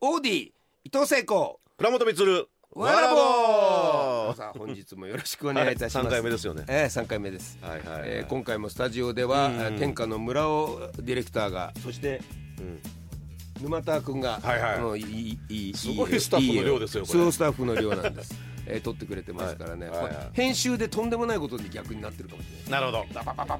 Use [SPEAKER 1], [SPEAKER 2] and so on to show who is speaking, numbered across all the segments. [SPEAKER 1] オーディ伊藤聖子
[SPEAKER 2] 倉本光
[SPEAKER 1] わらぼーさあ本日もよろしくお願いいたします、
[SPEAKER 2] はい三回目ですよね
[SPEAKER 1] ええ三回目です、
[SPEAKER 2] はいはいはい
[SPEAKER 1] えー今回もスタジオでは、
[SPEAKER 2] うん
[SPEAKER 1] 天下の村尾ディレクターがそして、沼田君が、
[SPEAKER 2] はいはい
[SPEAKER 1] あのいいいい
[SPEAKER 2] すごいスタッフの量ですよ
[SPEAKER 1] いい
[SPEAKER 2] これ
[SPEAKER 1] そうスタッフの量なんですえー撮ってくれてますからね、
[SPEAKER 2] はいはいはい
[SPEAKER 1] これ編集でとんでもないことに逆になってるかもしれない
[SPEAKER 2] なるほ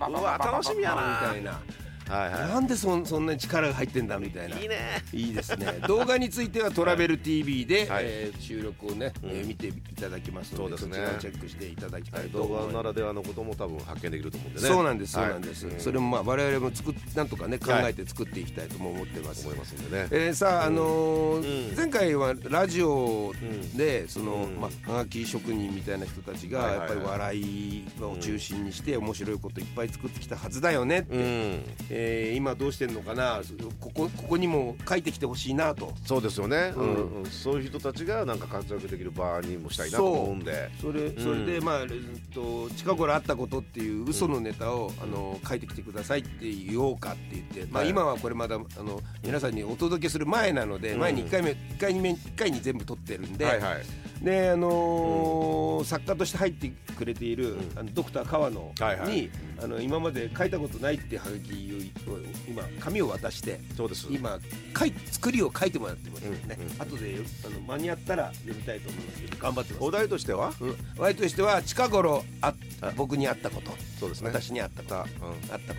[SPEAKER 2] どうわ楽しみやな
[SPEAKER 1] みたいな
[SPEAKER 2] はいは
[SPEAKER 1] なんでそんそんなに力が入ってんだみたいない
[SPEAKER 2] いいね
[SPEAKER 1] いいですね動画についてはトラベル TV で、
[SPEAKER 2] はい
[SPEAKER 1] えー収録をね、えー見ていただきますので
[SPEAKER 2] そうです
[SPEAKER 1] ち
[SPEAKER 2] ね
[SPEAKER 1] らをチェックしていただきたいと
[SPEAKER 2] 動
[SPEAKER 1] 思い
[SPEAKER 2] 画
[SPEAKER 1] ます、
[SPEAKER 2] ならではのことも多分発見できると思うんでね
[SPEAKER 1] そうなんですそう
[SPEAKER 2] はい
[SPEAKER 1] なんです、
[SPEAKER 2] うん
[SPEAKER 1] それもまあ我々も作っなんとかね考
[SPEAKER 2] はい
[SPEAKER 1] えて作っていきたいとも思ってます、
[SPEAKER 2] 思いますんでね
[SPEAKER 1] えーさあ、あのー
[SPEAKER 2] うん
[SPEAKER 1] 前回はラジオで、その、
[SPEAKER 2] うん
[SPEAKER 1] まあ、はがき職人みたいな人たちが
[SPEAKER 2] はいはい
[SPEAKER 1] やっ
[SPEAKER 2] はい
[SPEAKER 1] ぱり笑いを中心にして面白いこといっぱい作ってきたはずだよねって、
[SPEAKER 2] うん
[SPEAKER 1] えー今どうしてんのかなここここにも書いてきてほしいなと
[SPEAKER 2] そうですよね
[SPEAKER 1] う
[SPEAKER 2] うんんうんそういう人たちがなんか活躍できる場にもしたいなと思うんで
[SPEAKER 1] それ
[SPEAKER 2] ん
[SPEAKER 1] それで、まあえーっと近頃あったことっていう嘘のネタを、あの書いてきてくださいって言おうかって言って、まあ、
[SPEAKER 2] はい
[SPEAKER 1] 今はこれまだあの皆さんにお届けする前なので、前に1回目1回目1回に全部撮ってるんで、
[SPEAKER 2] はいはい
[SPEAKER 1] であのー作家として入ってくれている、あのドクター川野に、
[SPEAKER 2] はいはい
[SPEAKER 1] あの今まで書いたことないってハガキを今紙を渡して。
[SPEAKER 2] そうです
[SPEAKER 1] 今書い作りを書いてもらってますよね、
[SPEAKER 2] うんうん
[SPEAKER 1] 後でよあの間に合ったら読みたいと思いますけど頑張ってます
[SPEAKER 2] お題としては
[SPEAKER 1] うん、ワイとしては近頃あ僕にあったこと
[SPEAKER 2] そうですね
[SPEAKER 1] 私にあったことあ
[SPEAKER 2] またうん
[SPEAKER 1] ったこと、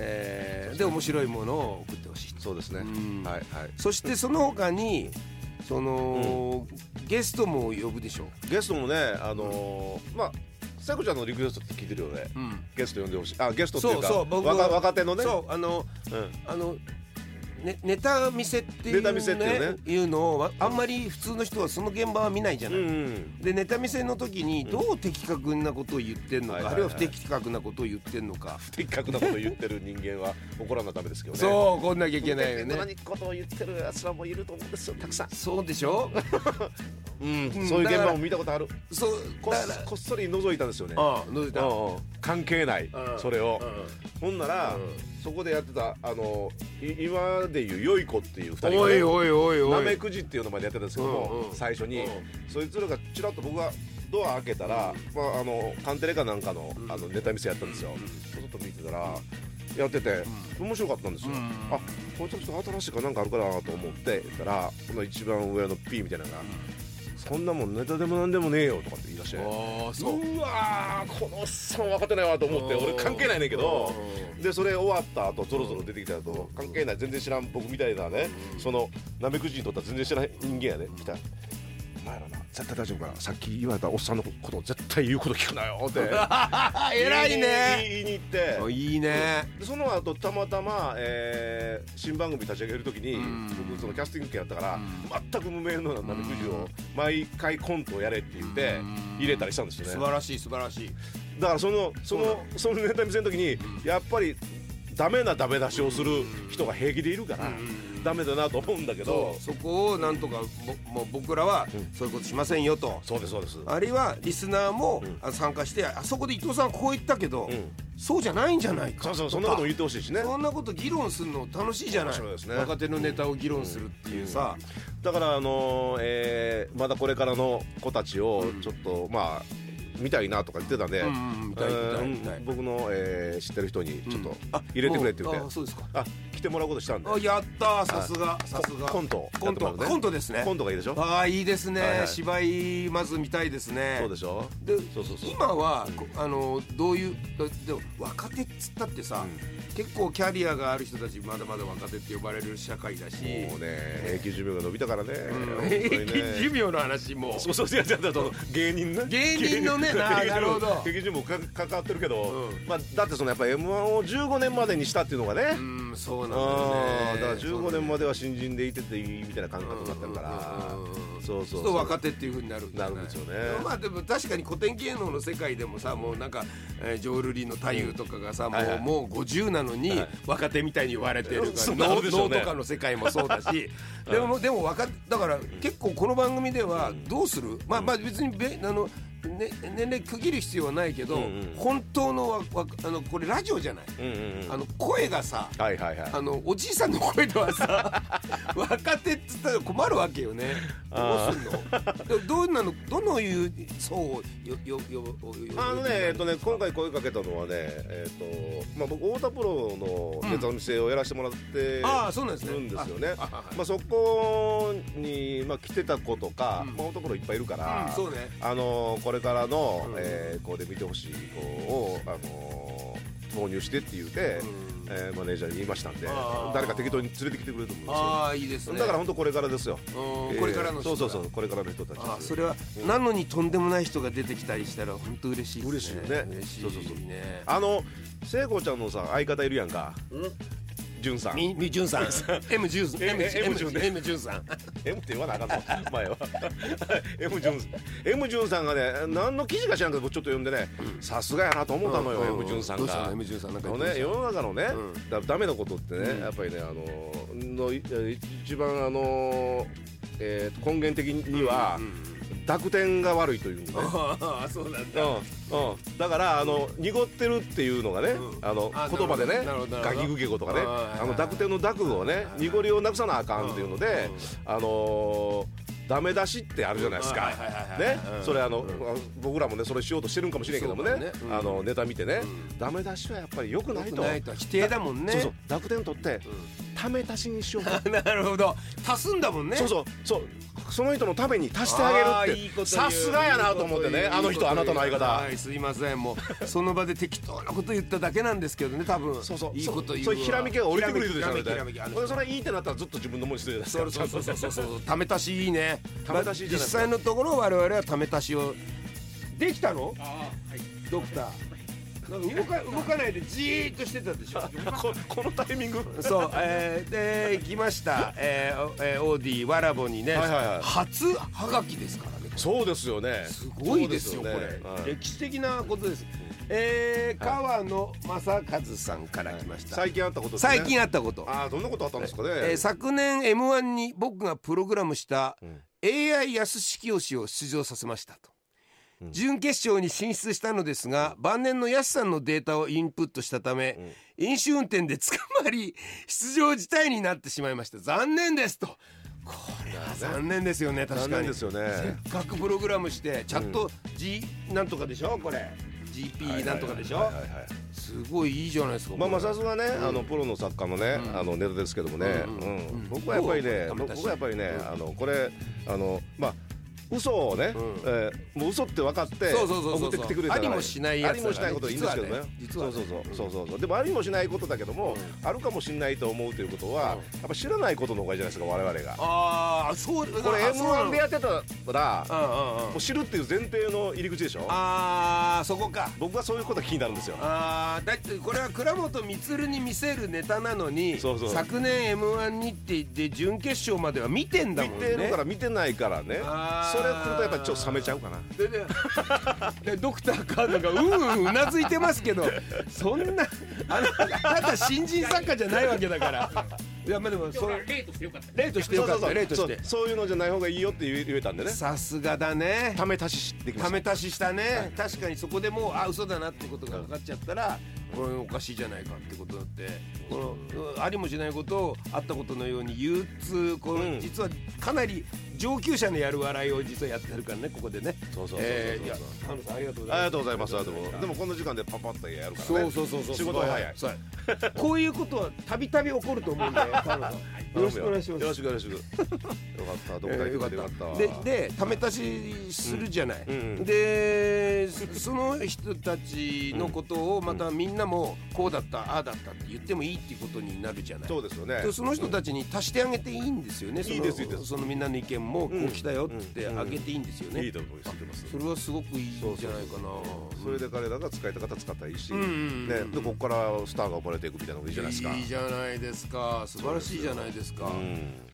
[SPEAKER 2] うん
[SPEAKER 1] えーで面白いものを送ってほしい
[SPEAKER 2] そうですね
[SPEAKER 1] うん
[SPEAKER 2] はいはい
[SPEAKER 1] そしてその他にその、ゲストも呼ぶでしょ
[SPEAKER 2] ゲストもねあのーまあさこちゃんのリクエストって聞いてるよね
[SPEAKER 1] う、
[SPEAKER 2] ゲスト呼んでほしいあゲストってい
[SPEAKER 1] そうう
[SPEAKER 2] か
[SPEAKER 1] そう僕
[SPEAKER 2] 若若手のね
[SPEAKER 1] そうあの
[SPEAKER 2] うん
[SPEAKER 1] あのね、ネタ見せっていう,、
[SPEAKER 2] ネタ見せっていうね
[SPEAKER 1] いうのをわあんまり普通の人はその現場は見ないじゃない、
[SPEAKER 2] うん
[SPEAKER 1] でネタ見せの時にどう的確なことを言ってんのか、
[SPEAKER 2] はいはいはい
[SPEAKER 1] あるいは不適格なことを言ってんのか、
[SPEAKER 2] 不適格なことを言ってる人間は怒らなダメですけどねう
[SPEAKER 1] そうこんなきゃいけないよね
[SPEAKER 2] ことを言ってるやつらもいると思うんですよたくさん、
[SPEAKER 1] そうでしょ
[SPEAKER 2] うん、そういう現場も見たことある
[SPEAKER 1] そう
[SPEAKER 2] こ
[SPEAKER 1] だから
[SPEAKER 2] っこっそり覗いたんですよね
[SPEAKER 1] ああどうした
[SPEAKER 2] うんうん関係ない
[SPEAKER 1] うん
[SPEAKER 2] それを
[SPEAKER 1] う
[SPEAKER 2] ほんなら
[SPEAKER 1] うん
[SPEAKER 2] そこでやってたあのい今でいうよい子っていう2人がね
[SPEAKER 1] おいおいおいお
[SPEAKER 2] ないめくじっていう名前でやってたんですけど
[SPEAKER 1] うん
[SPEAKER 2] も
[SPEAKER 1] うん
[SPEAKER 2] 最初に
[SPEAKER 1] うん
[SPEAKER 2] そいつらがちらっと僕がドア開けたらまああのカンテレかなんかの
[SPEAKER 1] うん
[SPEAKER 2] あのネタ見せやったんですよちょっと見てたらやってて面白かったんですよ
[SPEAKER 1] うん
[SPEAKER 2] あこれちょっと新しいかなんかあるかなと思ってたらこの一番上の P みたいなのが「そんなもんネタでもなんでもねえよ」とかって言い出して。
[SPEAKER 1] ああそう
[SPEAKER 2] うわーこのおっさん分かってないわと思って
[SPEAKER 1] うん
[SPEAKER 2] 俺関係ないねんけど
[SPEAKER 1] う
[SPEAKER 2] でそれ終わった後ゾロゾロ出てきた後関係ない全然知らん僕みたいなねそのなめくじにとったら全然知らない人間やね来たお前らな絶対大丈夫かなさっき言われたおっさんのこと絶対言うこと聞くなよって
[SPEAKER 1] 偉いね
[SPEAKER 2] 言いに行って
[SPEAKER 1] あいいね
[SPEAKER 2] でその後たまたま、えー新番組立ち上げる時に、
[SPEAKER 1] うん
[SPEAKER 2] 僕そのキャスティング権やったから、
[SPEAKER 1] うん
[SPEAKER 2] 全く無名のなめくじを毎回コントをやれって言って入れたりしたんですよね
[SPEAKER 1] 素晴らしい素晴らしい
[SPEAKER 2] だからそのそのそのネタ見せの時にやっぱりダメなダメ出しをする人が平気でいるからダメだなと思うんだけど
[SPEAKER 1] そうそこをなんとかぼもう僕らはそういうことしませんよと
[SPEAKER 2] そうですそうです
[SPEAKER 1] あるいはリスナーも
[SPEAKER 2] ん
[SPEAKER 1] あ参加してあそこで伊藤さんこう言ったけど
[SPEAKER 2] うん
[SPEAKER 1] そうじゃないんじゃないか
[SPEAKER 2] そうそう
[SPEAKER 1] とか
[SPEAKER 2] そんなことも言ってほしいしね
[SPEAKER 1] そんなこと議論するの楽しいじゃない
[SPEAKER 2] 面白いですね
[SPEAKER 1] 若手のネタを議論するっていうさ、
[SPEAKER 2] だからあのーえーまだこれからの子たちをちょっとまあ見たいなとか言ってたんで
[SPEAKER 1] うんうん見たい
[SPEAKER 2] え
[SPEAKER 1] 見た
[SPEAKER 2] ー
[SPEAKER 1] い見たい
[SPEAKER 2] 僕のえー知ってる人にちょっと
[SPEAKER 1] あ
[SPEAKER 2] 入れてくれって言っ
[SPEAKER 1] もうあ
[SPEAKER 2] て
[SPEAKER 1] そうですか
[SPEAKER 2] あ来てもらうことしたんで
[SPEAKER 1] あやったーさすがさすが
[SPEAKER 2] コントを
[SPEAKER 1] コント
[SPEAKER 2] やってもらうね
[SPEAKER 1] コントですね
[SPEAKER 2] コントがいいでしょ
[SPEAKER 1] ああいいですね、
[SPEAKER 2] はいはい
[SPEAKER 1] 芝居まず見たいですね
[SPEAKER 2] そうでしょ
[SPEAKER 1] で
[SPEAKER 2] そうそうそう
[SPEAKER 1] 今は、こあのどういうだでも若手っつったってさ、結構キャリアがある人たちまだまだ若手って呼ばれる社会だし、
[SPEAKER 2] もうね平均寿命が伸びたからね
[SPEAKER 1] うん
[SPEAKER 2] 本当にね
[SPEAKER 1] 平均 寿命の話も
[SPEAKER 2] そうそういや違う違うそう芸人ね
[SPEAKER 1] 芸人のねななるほど
[SPEAKER 2] 劇場もか関わってるけど、
[SPEAKER 1] うん
[SPEAKER 2] まあだってそのやっぱ m 1を15年までにしたっていうのがね、
[SPEAKER 1] うんそうなんだ
[SPEAKER 2] あ
[SPEAKER 1] よ
[SPEAKER 2] あ
[SPEAKER 1] ね
[SPEAKER 2] だから15年までは新人でいてていいみたいな感覚だったから、そう
[SPEAKER 1] ち
[SPEAKER 2] そ
[SPEAKER 1] ょ
[SPEAKER 2] う
[SPEAKER 1] っ
[SPEAKER 2] そ
[SPEAKER 1] と
[SPEAKER 2] う
[SPEAKER 1] 若手っていうふうになるじゃい
[SPEAKER 2] なるんですよね
[SPEAKER 1] まあでも確かに古典芸能の世界でもさもうなんか、えー、ジョールリーの太夫とかがさ、もう,、
[SPEAKER 2] はいはい
[SPEAKER 1] もう50なのに、
[SPEAKER 2] はい
[SPEAKER 1] 若手みたいに言われてるか
[SPEAKER 2] そ
[SPEAKER 1] ら
[SPEAKER 2] うな
[SPEAKER 1] 能、
[SPEAKER 2] るでしょ
[SPEAKER 1] 能
[SPEAKER 2] うね
[SPEAKER 1] とかの世界もそう だし、でもでも若手だから結構この番組ではどうする、まあまあ別にべあのね、年齢区切る必要はないけど、
[SPEAKER 2] うんうん
[SPEAKER 1] 本当のわわあのこれラジオじゃない、
[SPEAKER 2] うんうんうん
[SPEAKER 1] あの声がさ
[SPEAKER 2] はいはいはい
[SPEAKER 1] あのおじいさんの声ではさ若手っつったら困るわけよねど
[SPEAKER 2] あ
[SPEAKER 1] うすんのでどんなのどのいう層をよよよよ
[SPEAKER 2] あのね、えっとね、今
[SPEAKER 1] 回
[SPEAKER 2] 回声かけたのはね、えっ、と、まあ、僕太田プロのネタの店をやらせてもらって。
[SPEAKER 1] ああそうなんですね
[SPEAKER 2] るんですよね
[SPEAKER 1] ああはい
[SPEAKER 2] まあ、そこに、まあ、来てた子とか、
[SPEAKER 1] うん
[SPEAKER 2] まあ、男のいっぱいいるから。
[SPEAKER 1] うんそうね
[SPEAKER 2] あのこれからの、
[SPEAKER 1] うん
[SPEAKER 2] えーこうで見てほしい子を、あの投入してって言うて、
[SPEAKER 1] うん
[SPEAKER 2] えーマネージャーに言いましたんで
[SPEAKER 1] あー
[SPEAKER 2] 誰か適当に連れてきてくれると思うんですよ
[SPEAKER 1] ああいいですね
[SPEAKER 2] だから本当これからですよ、
[SPEAKER 1] うん
[SPEAKER 2] えー
[SPEAKER 1] これからの人
[SPEAKER 2] そう
[SPEAKER 1] が
[SPEAKER 2] そうそうこれからの人たち
[SPEAKER 1] ああそれは、なのにとんでもない人が出てきたりしたら本当嬉しいですね
[SPEAKER 2] 嬉しいよね
[SPEAKER 1] 嬉しいね
[SPEAKER 2] そうそうそうあの聖子ちゃんのさ相方いるやんか潤さん
[SPEAKER 1] みみじゅんさん M じゅん M
[SPEAKER 2] M- M 潤ね
[SPEAKER 1] M じゅんさん
[SPEAKER 2] M って言わなあかんの前は M 潤さん M 潤さんがね何の記事か知らんけど僕ちょっと読んでねさすがやなと思ったのよ、
[SPEAKER 1] うんうん
[SPEAKER 2] M 潤さん
[SPEAKER 1] ど
[SPEAKER 2] が
[SPEAKER 1] うしたの M 潤さんなんか
[SPEAKER 2] あ
[SPEAKER 1] 言
[SPEAKER 2] の
[SPEAKER 1] ってまし
[SPEAKER 2] ね
[SPEAKER 1] た
[SPEAKER 2] 世の中のね、
[SPEAKER 1] うん
[SPEAKER 2] だダメなことってね、
[SPEAKER 1] うん
[SPEAKER 2] やっぱりねあののい一番あの、えー根源的には、濁点が悪いというのね
[SPEAKER 1] ああそうなんだ
[SPEAKER 2] うんうん、だからあの濁ってるっていうのがね、
[SPEAKER 1] うん
[SPEAKER 2] あの
[SPEAKER 1] あ
[SPEAKER 2] 言葉でね
[SPEAKER 1] なるほどなるほど
[SPEAKER 2] ガキグケ語とかね
[SPEAKER 1] はいはいはい
[SPEAKER 2] あの濁点の濁を
[SPEAKER 1] はい
[SPEAKER 2] ね
[SPEAKER 1] はい
[SPEAKER 2] 濁りをなくさなあかんっていうので、あのーダメ出しってあるじゃないです
[SPEAKER 1] うん
[SPEAKER 2] か
[SPEAKER 1] はいはいはいはい
[SPEAKER 2] ね
[SPEAKER 1] うん
[SPEAKER 2] それあの、僕らもねそれしようとしてるんかもしれんけどもね
[SPEAKER 1] そうだねうん
[SPEAKER 2] あのネタ見てね、
[SPEAKER 1] うん
[SPEAKER 2] ダメ出しはやっぱり良くない
[SPEAKER 1] 良
[SPEAKER 2] と
[SPEAKER 1] くないと否定だもんね
[SPEAKER 2] そうそう濁点取って、ため足しに しよう
[SPEAKER 1] うんなるほど足すんだもんね
[SPEAKER 2] そうそうそうその人のために足してあげ
[SPEAKER 1] あー
[SPEAKER 2] るって
[SPEAKER 1] いいこと言う
[SPEAKER 2] さすがやなと思って
[SPEAKER 1] いいこと言
[SPEAKER 2] ね
[SPEAKER 1] う
[SPEAKER 2] あの人あなたの相方
[SPEAKER 1] はいすいませんもうその場で適当なこと言っただけなんですけどね多分
[SPEAKER 2] そうそう
[SPEAKER 1] いいこと言うわ
[SPEAKER 2] そういうひらめきが降りてくるでしょ
[SPEAKER 1] ひらめき
[SPEAKER 2] 絶
[SPEAKER 1] ひ
[SPEAKER 2] 対
[SPEAKER 1] らめきあの
[SPEAKER 2] 俺それいいってなったらずっと自分のものにするじゃ
[SPEAKER 1] そ
[SPEAKER 2] な
[SPEAKER 1] う
[SPEAKER 2] いです
[SPEAKER 1] そ
[SPEAKER 2] か
[SPEAKER 1] うそうそうそうそうため足しいいね
[SPEAKER 2] ため足しいいじ
[SPEAKER 1] 実
[SPEAKER 2] ゃないですか
[SPEAKER 1] 際のところ我々はため足しをできたの
[SPEAKER 3] ああはい
[SPEAKER 1] ドクターなんか動か動かないでじーっとしてたでしょ
[SPEAKER 2] ここのタイミング
[SPEAKER 1] そう、えー、で行きました、えーおえーオーディわらぼにね、
[SPEAKER 2] はいはいはい
[SPEAKER 1] 初はがきですからね
[SPEAKER 2] そうですよね
[SPEAKER 1] すごいですよ
[SPEAKER 2] そう
[SPEAKER 1] これ、
[SPEAKER 2] はい
[SPEAKER 1] 歴史的なことです、えー、川野正和さんから来ました、
[SPEAKER 2] 最近あったことですね
[SPEAKER 1] 最近あったこと、
[SPEAKER 2] ああどんなことあったんですかね
[SPEAKER 1] えー昨年 m 1に僕がプログラムした AI 安式義を出場させましたと、準決勝に進出したのですが晩年の安さんのデータをインプットしたため、飲酒運転で捕まり出場辞退になってしまいました残念ですとこれは残念ですよね確かに
[SPEAKER 2] 残念ですよね
[SPEAKER 1] せっかくプログラムしてチャット G なんとかでしょこれ GP なんとかでしょ
[SPEAKER 2] はいはいはい
[SPEAKER 1] すごいいいじゃないですか
[SPEAKER 2] まあまあ
[SPEAKER 1] これ
[SPEAKER 2] さすがね、あのプロの作家のね、あのネタですけどもね、
[SPEAKER 1] うん
[SPEAKER 2] うん
[SPEAKER 1] うん
[SPEAKER 2] 僕はやっぱりね
[SPEAKER 1] ど、う
[SPEAKER 2] 僕はやっぱりね、あのこれあのまあ嘘をね、
[SPEAKER 1] ん
[SPEAKER 2] えーもう嘘って分かって
[SPEAKER 1] そうそうそうそうそう
[SPEAKER 2] 送ってきてくれたらね
[SPEAKER 1] ありもしないやつだからね
[SPEAKER 2] ありもしないこといいんですけどね
[SPEAKER 1] 実はね
[SPEAKER 2] そうそうそうそうそうそうでもありもしないことだけども、あるかもしれないと思うということは、やっぱ知らないことの方がいいじゃないですか我々が。
[SPEAKER 1] ああそう
[SPEAKER 2] これ
[SPEAKER 1] あそう
[SPEAKER 2] m
[SPEAKER 1] なの
[SPEAKER 2] 1でやってたら、
[SPEAKER 1] うんうんうん
[SPEAKER 2] もう知るっていう前提の入り口でしょ
[SPEAKER 1] ああそこか
[SPEAKER 2] 僕はそういうことが気になるんですよ。
[SPEAKER 1] あーだってこれは倉本光に見せるネタなのに
[SPEAKER 2] そうそう
[SPEAKER 1] 昨年 m 1にって言って準決勝までは見てんだ
[SPEAKER 2] 見
[SPEAKER 1] もんね
[SPEAKER 2] てるから見てないからね
[SPEAKER 1] あー
[SPEAKER 2] それ来るとやっぱちょっと冷めちゃうかな。
[SPEAKER 1] でねで ドクターカードがうんうんうなずいてますけどそんなあなたあなた新人作家じゃないわけだからいやまあでも
[SPEAKER 3] 今日
[SPEAKER 1] そ
[SPEAKER 3] は
[SPEAKER 1] う
[SPEAKER 3] 例としてよかった
[SPEAKER 1] 例としてよかったよ例と
[SPEAKER 2] そ
[SPEAKER 1] し
[SPEAKER 2] う
[SPEAKER 1] て
[SPEAKER 2] そういうのじゃない方がいいよって言え言えたんでね
[SPEAKER 1] さすがだね
[SPEAKER 2] ため足しできま
[SPEAKER 1] た
[SPEAKER 2] した
[SPEAKER 1] め足ししたね確かにそこでもうあ嘘だなってことが分かっちゃったらこれおかしいじゃないかってことだってこのうんありもしないことをあったことのように言うっつうこ
[SPEAKER 2] う
[SPEAKER 1] の
[SPEAKER 2] ん
[SPEAKER 1] 実はかなり上級者のやる笑いを実はやってるからねここでね
[SPEAKER 2] そうそうそうそうそう
[SPEAKER 1] えーいや田野さんありがとうござ
[SPEAKER 2] あ
[SPEAKER 1] います
[SPEAKER 2] りがとうございますでもでもこの時間でパパッとやるから
[SPEAKER 1] そう
[SPEAKER 2] ね
[SPEAKER 1] そうそうそう
[SPEAKER 2] 仕事は早い
[SPEAKER 1] そうこういうことはたびたび起こると思うんでよよろしくお願いします
[SPEAKER 2] よろしくよろしくよかったどこか
[SPEAKER 1] えー
[SPEAKER 2] 行
[SPEAKER 1] よか
[SPEAKER 2] っ
[SPEAKER 1] って
[SPEAKER 2] よかった
[SPEAKER 1] た
[SPEAKER 2] わ
[SPEAKER 1] ででため足しするじゃない、
[SPEAKER 2] うんうん
[SPEAKER 1] でそその人たちのことをまたみんなもこうだったああだったって言ってもいいっていうことになるじゃない
[SPEAKER 2] そうですよね
[SPEAKER 1] でその人たちに足してあげていいんですよねその
[SPEAKER 2] いいですいいです
[SPEAKER 1] そのみんなの意見もこ
[SPEAKER 2] う
[SPEAKER 1] うん来たよってあげていいんですよね、
[SPEAKER 2] いいと思いますいいと思います
[SPEAKER 1] それはすごくいいんじゃないかな
[SPEAKER 2] それで彼らが使いたかったら使ったらいいし
[SPEAKER 1] うんうんうん
[SPEAKER 2] ねでここからスターが生まれていくみたいなのがいいじゃないですか
[SPEAKER 1] いいじゃないですか素晴らしいじゃないですか、
[SPEAKER 2] うん